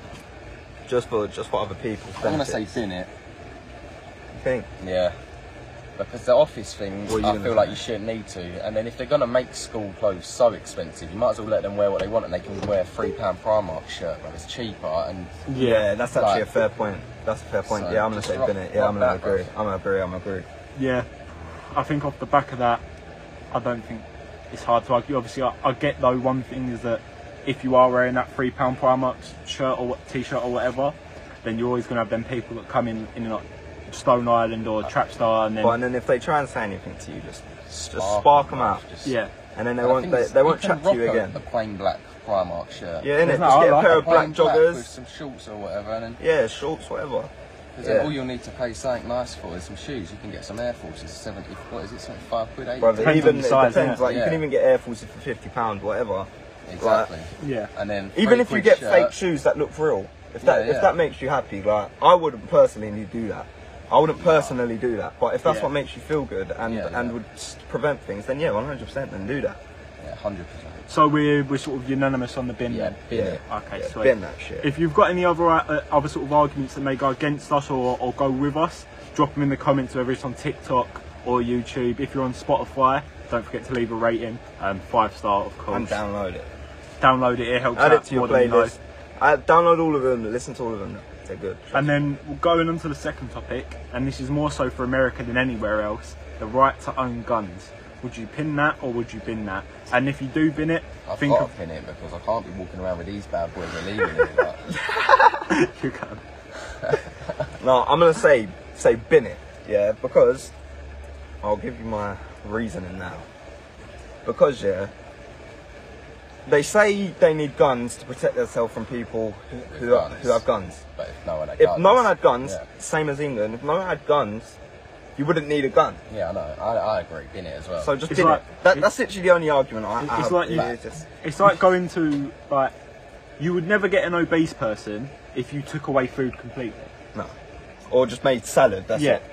Just for just for other people. I'm gonna say bin it. think. Yeah. Because the office things, What are you I gonna feel say? like you shouldn't need to. And then if they're gonna make school clothes so expensive, you might as well let them wear what they want, and they can wear a three pound Primark shirt, but it's cheaper. And Yeah, that's actually a fair point. That's a fair point. So, yeah, I'm gonna just say rock- pin it. Yeah, I'm gonna rock that, agree. bruv. I'm gonna agree. I'm gonna agree. Yeah. I think off the back of that, I don't think it's hard to argue. Obviously, I, I get though, one thing is that if you are wearing that £3 Primark shirt or what- t shirt or whatever, then you're always going to have them people that come in in like Stone Island or Trap Star and then. But and then if they try and say anything to you, just just Spark spark them them out. out, just- yeah. And then they And I won't think they, it's- they won't can chat to you rock a- again. A plain black Primark shirt. Yeah, innit? No, Just I get a like pair a of black Plain with joggers. some shorts or whatever, and then Yeah, shorts, whatever. 'cause then Yeah. all you'll need to pay something nice for is some shoes. You can get some Air Forces, seventy. What is it? Seventy five quid, eighty. Brother, Depends even on the it size, depends. innit? Like you can Yeah. even get Air Forces for fifty pound, whatever. Exactly. Yeah. And then Even three if you quid get shirt, fake shoes that look real, if that Yeah, if yeah. that makes you happy, like I wouldn't personally do that. I wouldn't personally do that. But if that's Yeah. what makes you feel good and Yeah, and yeah. would s- prevent things, then yeah, one hundred percent, then do that. Yeah, hundred percent. So we're, we're sort of unanimous on the bin Yeah, then? bin Yeah. it. Okay, Yeah, sweet. bin that shit. If you've got any other uh, other sort of arguments that may go against us or, or go with us, drop them in the comments, whether it's on TikTok or YouTube. If you're on Spotify, don't forget to leave a rating, um, five star, of course. and download it. Download it, it helps Add out it to your more than you know. playlist. I download all of them. Listen to all of them. They're good. And then going on to the second topic, and this is more so for America than anywhere else the right to own guns. Would you pin that or would you bin that? And if you do bin it, I've think got of to pin it because I can't be walking around with these bad boys illegally. Like, your gun. No, I'm gonna say say bin it, yeah, because I'll give you my reasoning now. Because yeah, they say they need guns to protect themselves from people who, who, are, who have guns. but if no one had If guns, no one had guns, yeah, same as England, if no one had guns, you wouldn't need a gun. yeah, I know. I, I agree. Bin it as well. So just It's bin like- it. That, that's literally the only argument I, I It's have. like you- Yeah, it's Ah, just- It's like going to like you would never get an obese person if you took away food completely. no, or just made salad. That's yeah. it.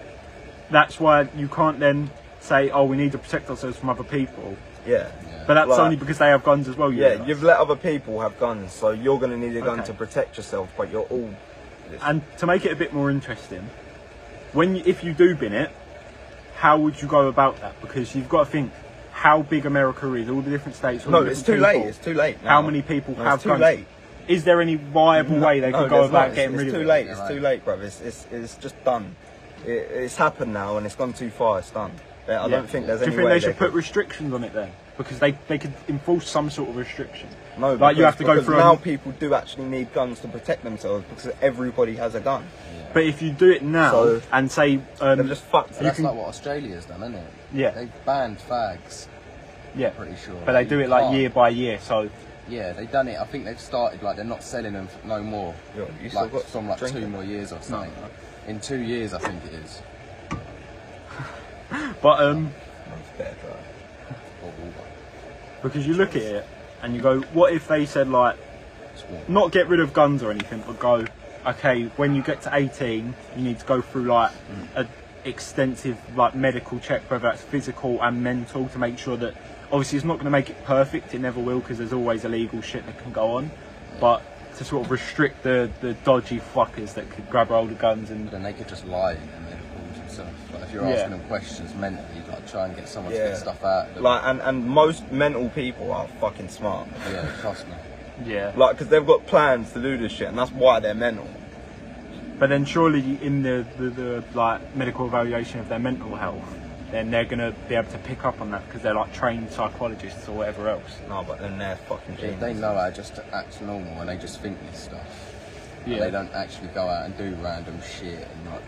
That's why you can't then say, Oh, we need to protect ourselves from other people. Yeah. But that's Like- only because they have guns as well, you Yeah, realise. you've let other people have guns, so you're going to need a gun Okay. to protect yourself, but you're all. And to make it a bit more interesting, when you, if you do bin it, how would you go about that? Because you've got to think how big America is, all the different states. all No, the it's too different late. people. It's too late. How now. many people No, have it's too guns? late. Is there any viable way they No, could go there's about not. It's- getting it's rid of too it? late. Yeah, It's right. too late, bruv. It's, it's, it's just done. It, it's happened now, and it's gone too far. It's done. I I Yeah. don't think there's Do you any think way they should put could- restrictions on it then? Because they, they could enforce some sort of restriction. No, like you have to go because through. now. a- People do actually need guns to protect themselves because everybody has a gun. but if you do it now So- and say, um, They're just fucked. But that's like what Australia's done, isn't it? Yeah. They've banned fags. yeah, pretty sure, But they you do it like can't. year by year, so Yeah, they've done it. I think they've started like they're not selling them f- no more. Yo, you still like got from like drink two it. more years or something. In two years, I think it is. But um, It's bad, bruv. Or will because you look at it and you go, what if they said like, It's warm. not get rid of guns or anything, but go, okay, when you get to 18, you need to go through like a extensive like medical check, whether that's physical and mental, to make sure that obviously it's not going to make it perfect. It never will because there's always illegal shit that can go on. But to sort of restrict the, the dodgy fuckers that could grab hold of guns and Then they could just lie in their medicals and stuff. Like if you're Yeah. asking them questions mentally, like try and get someone to Yeah. get stuff out. of them. Like, and, and most mental people are fucking smart. yeah, trust me. yeah. Like, because they've got plans to do this shit, and that's why they're mental. But then surely in the, the, the like medical evaluation of their mental health, then they're gonna be able to pick up on that because they're like trained psychologists or whatever else. No, but then they're fucking If genius. they know how just to act normal and they just think this stuff, and they don't actually go out and do random shit and like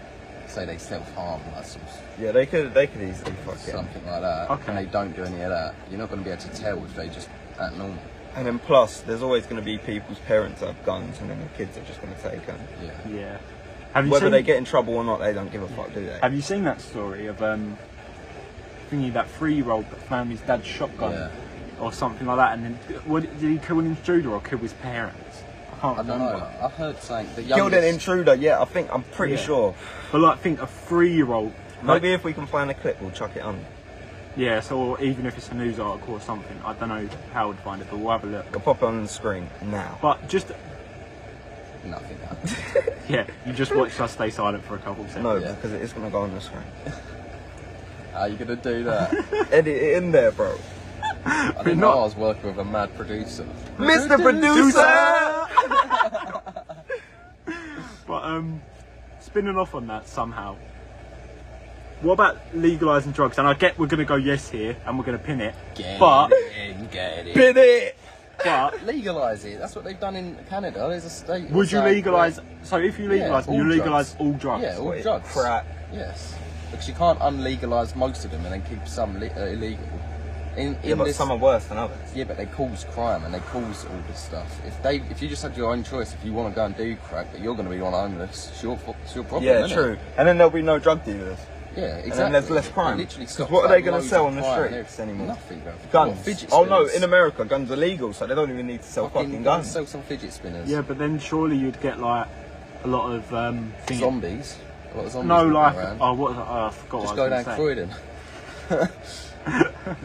say they self harm like some, Yeah, they could they could easily fucking. something like that, Okay. and they don't do any of that. You're not going to be able to tell if they just act normal. And then plus, there's always going to be people's parents that have guns, and then the kids are just going to take them. Yeah. Yeah. Have you Whether seen they get in trouble or not, they don't give a fuck, do they? Have you seen that story of um thingy that three year old that found his dad's shotgun Yeah. or something like that and then what did he kill an intruder or kill his parents? I can't I don't remember. know. I've heard saying the Killed an youngest. intruder. Yeah, I think I'm pretty Yeah. sure. But like think a three year old Maybe if we can find a clip, we'll chuck it on. yeah, so or even if it's a news article or something, I don't know how I'd find it, but we'll have a look. I'll pop it on the screen now. But just Nothing. Yeah, you just watched us stay silent for a couple of seconds. No, Yeah. because it is going to go on the screen. How are you going to do that? Edit it in there, bro. I didn't know I was working with a mad producer. Mr. Producer! But um, spinning off on that somehow. What about legalizing drugs? And I get we're gonna go yes here, and we're gonna pin it. Get But it in, get it. Did it! but Legalise it. That's what they've done in Canada. There's a state. would you that's out legalise? where- So if you Yeah, legalise, all you drugs. legalise all drugs. Yeah, all What is drugs. crap? Yes, because you can't unlegalise most of them and then keep some le- uh, illegal. In, in Yeah, but this, some are worse than others. yeah, but they cause crime and they cause all this stuff. If they, if you just had your own choice, if you want to go and do crack, but you're going to be on homeless, it's your, fo- it's your problem. Yeah, innit? true. And then there'll be no drug dealers. Yeah, exactly. And then there's less crime. It literally 'Cause stops what are that they gonna loads sell on of the crime and streets everything. anymore? Nothing, bro. Guns. What, fidget oh no, spinners? in America, guns are legal, so they don't even need to sell fucking, fucking guns. Sell some fidget spinners. Yeah, but then surely you'd get like a lot of um. thing- Zombies. A lot of zombies. No, walking like around. oh, what? Oh, I forgot. Just what I go was down gonna say. Croydon.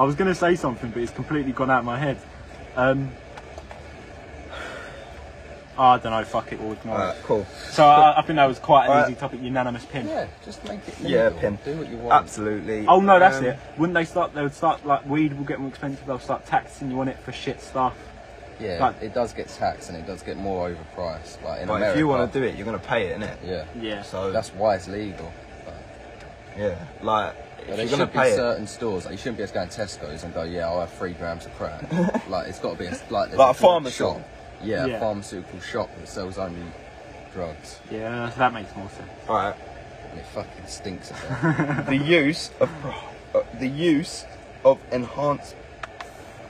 I was gonna say something, but it's completely gone out of my head. Um. I don't know. Fuck it. All Alright, cool. So uh, I, I think that was quite an Alright. easy topic, unanimous pin. Yeah, just make it. Yeah, legal. Pim. Do what you want. Absolutely. Oh no, that's Um, it. Wouldn't they start? They would start like weed will get more expensive. They'll start taxing you on it for shit stuff. Yeah, Like- it does get taxed and it does get more overpriced. Like in But America. if you want to do it, you're going to pay it, innit? Yeah. Yeah. So, That's why it's legal. But yeah. Like, if there you're should going to be pay it. certain stores. Like you shouldn't be able to go in Tesco's and go, yeah, I'll have three grams of crack. like it's got to be a, like, there's Like a drug pharmacy. shop. Yeah, Yeah. a pharmaceutical shop that sells only drugs. yeah, so that makes more sense. Alright. And it fucking stinks of that. the use of uh, the use of enhanced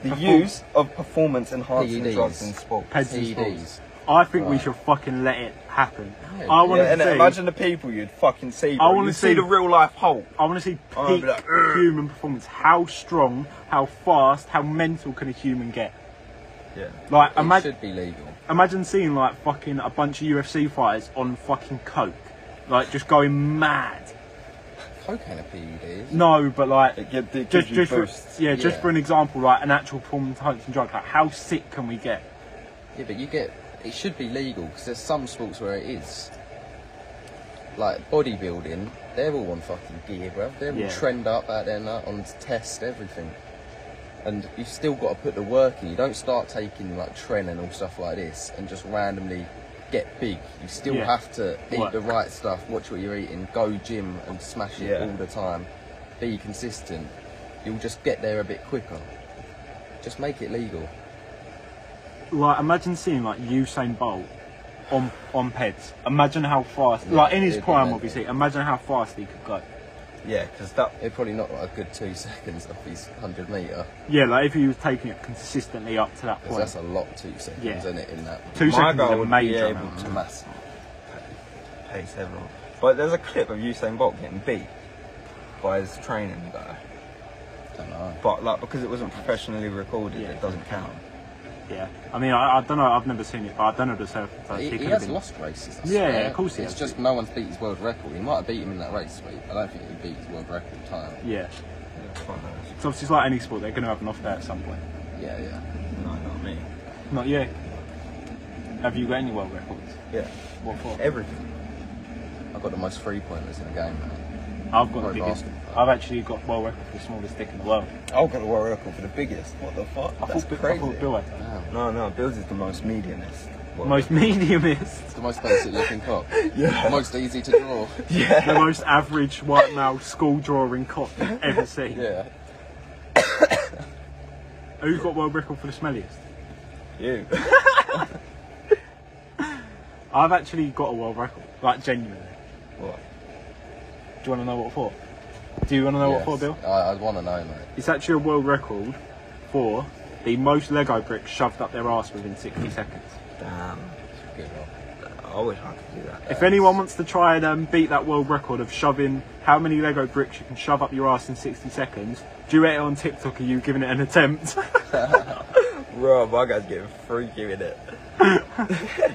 the use of performance enhancing PEDs. drugs in sport. Peds and sports. CDs. I think we Right. should fucking let it happen. Yeah, I want Yeah, to and see. imagine the people you'd fucking see. Bro. I wanna You'd see- the real life Hulk. I want to see I wanna peak be like, human performance. How strong, how fast, how mental can a human get? Yeah. Like, It imagine should be legal. imagine seeing like fucking a bunch of UFC fighters on fucking coke, like just going mad. Cocaine E and PEDs. No, but like It give- it gives just you just for, boosts. yeah, just Yeah. for an example, like an actual performance enhancing drug. Like, how sick can we get? Yeah, but you get it should be legal because there's some sports where it is. Like bodybuilding, they're all on fucking gear, bruv. They're Yeah. all trend up out there now on test everything, and you've still got to put the work in. You don't start taking like trend and all stuff like this and just randomly get big. You still Yeah. have to eat Work. the right stuff, watch what you're eating, go gym and smash it Yeah. all the time, be consistent. You'll just get there a bit quicker. Just make it legal. Like, imagine seeing like Usain Bolt on on peds. Imagine how fast, Yeah, like in his it'd be prime, mental. obviously. Imagine how fast he could go. Yeah, because that It'd probably knock like a good two seconds off his 100 metre. Yeah, like if he was taking it consistently up to that 'cause point. that's a lot, two seconds, Yeah. isn't it? In that Two My seconds is goal a would be major. able amount. It's massive. pace everyone. But there's a clip of Usain Bolt getting beat by his training guy. Don't know. But like because it wasn't professionally recorded, Yeah. it doesn't count. Yeah. I mean, I, I don't know. I've never seen it, but I don't know the circumstances. He, he could have has Uh, been- lost races. I Yeah, swear. yeah, of course he It's has. just no one's beat his world record. He might have beat him in that race, but I don't think he beat his world record time. Yeah. So obviously, it's like any sport, they're going to have an off day at some point. Yeah, yeah. No, not me. Not yet. Have you got any world records? Yeah. What for? Everything. I've got the most three pointers in the game. Man. I've got the World biggest. basket. I've actually got world record for the smallest dick in the world. I've got the world record for the biggest. What the fuck? I That's thought, Bill- I crazy. thought Bill had No, no, Bill's is the most mediumist. the Well, most mediumist, It's the most basic looking cock. Yeah. Most easy to draw. the most average white male school drawing cop you've ever seen. Yeah. Who's got world record for the smelliest? you. I've actually got a world record, like genuinely. what? Do you want to know what for? Do you want to know Yes. what for, Bill? I, I want to know, mate. It's actually a world record for the most Lego bricks shoved up their ass within 60 seconds. Damn. Good one. I wish I could do that. If anyone wants to try and um, beat that world record of shoving how many Lego bricks you can shove up your ass in 60 seconds, duet it on TikTok Are you giving it an attempt. Bro, my guy's getting freaky with it.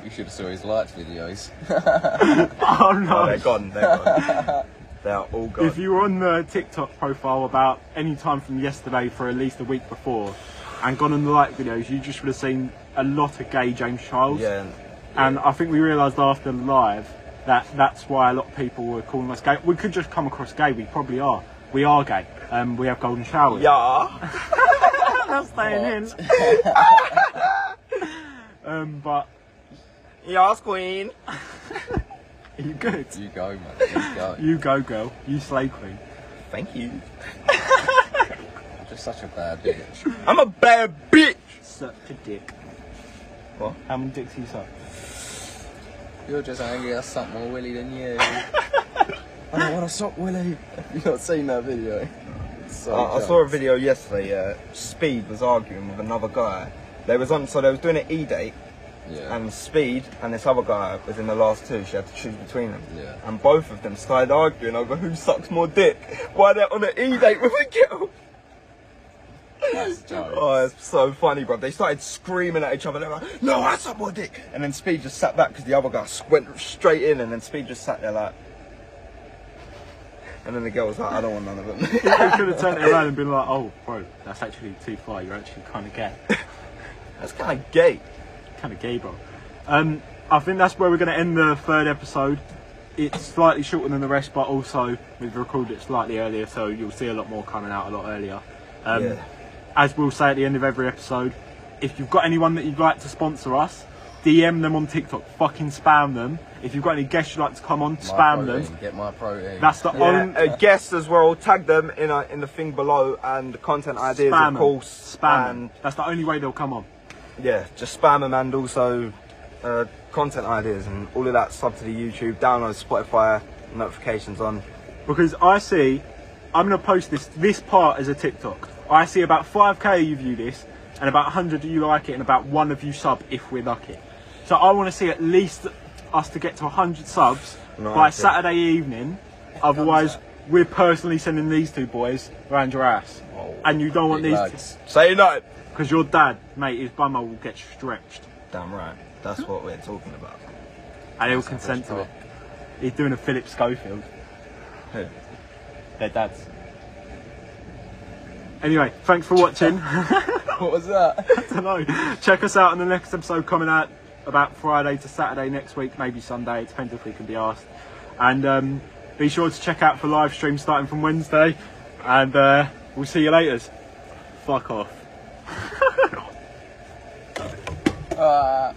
You should have saw his lights videos. oh Oh, no. they're gone. They're gone. they are all gone. if you were on the TikTok profile about any time from yesterday for at least a week before and gone on the like videos, you just would have seen a lot of gay James Charles. yeah. And I think we realised after the live that that's why a lot of people were calling us gay. We could just come across gay. We probably are. We are gay. Um, we have golden showers. Yeah. I'm staying in. um, but Yes, queen. are you good? you go, mate. You go. You go, girl. You slay queen. Thank you. Just such a bad bitch. I'm a bad bitch. Such a dick. What? How many dicks you suck? You're just angry I suck more Willy than you. I don't want to suck Willy. Have you not seen that video? It's So I, I dumb. saw a video yesterday. Uh, Speed was arguing with another guy. They was on, so they was doing an e date, Yeah. and Speed and this other guy was in the last two. She had to choose between them. Yeah. And both of them started arguing over who sucks more dick while they're on an e date with a girl. That's a joke. Oh, it's so funny, bro. They started screaming at each other. They were like, "No, I suck more dick," and then Speed just sat back because the other guy s- went straight in, and then Speed just sat there like. And then the girl was like, "I don't want none of them." you could have turned it around and been like, oh, bro, that's actually too far. You're actually kind of gay. That's kind of gay. kind of gay, bro. Um, I think that's where we're going to end the third episode. It's slightly shorter than the rest, but also we've recorded it slightly earlier, so you'll see a lot more coming out a lot earlier. Um, Yeah. As we'll say at the end of every episode, if you've got anyone that you'd like to sponsor us, DM them on TikTok, fucking spam them. If you've got any guests you'd like to come on, My spam protein. them. Get my protein. That's the Yeah, only uh, guests as well. Tag them in uh, in the thing below and content ideas, spam of 'em. course. Spam 'em. And That's the only way they'll come on. yeah, just spam them and also uh, content ideas and all of that. Sub to the YouTube, download Spotify, notifications on. because I see I'm gonna post this this part as a TikTok. I see about 5k of you view this, and about 100 of you like it, and about one of you sub if we're lucky. So I want to see at least us to get to 100 subs No, by okay. Saturday evening. Otherwise, we're personally sending these two boys around your ass, and you don't want Big these lads. Say no. because your dad, mate, his bummer will get stretched, Damn right. That's what we're talking about. and he'll consent to it. He's doing a Philip Schofield. Who? Their dads. Anyway, thanks for watching. What was that? don't know. Check us out on the next episode coming out about Friday to Saturday next week, maybe Sunday. It depends if we can be asked. And um, be sure to check out for live stream starting from Wednesday. And uh, we'll see you later. Fuck off. Uh,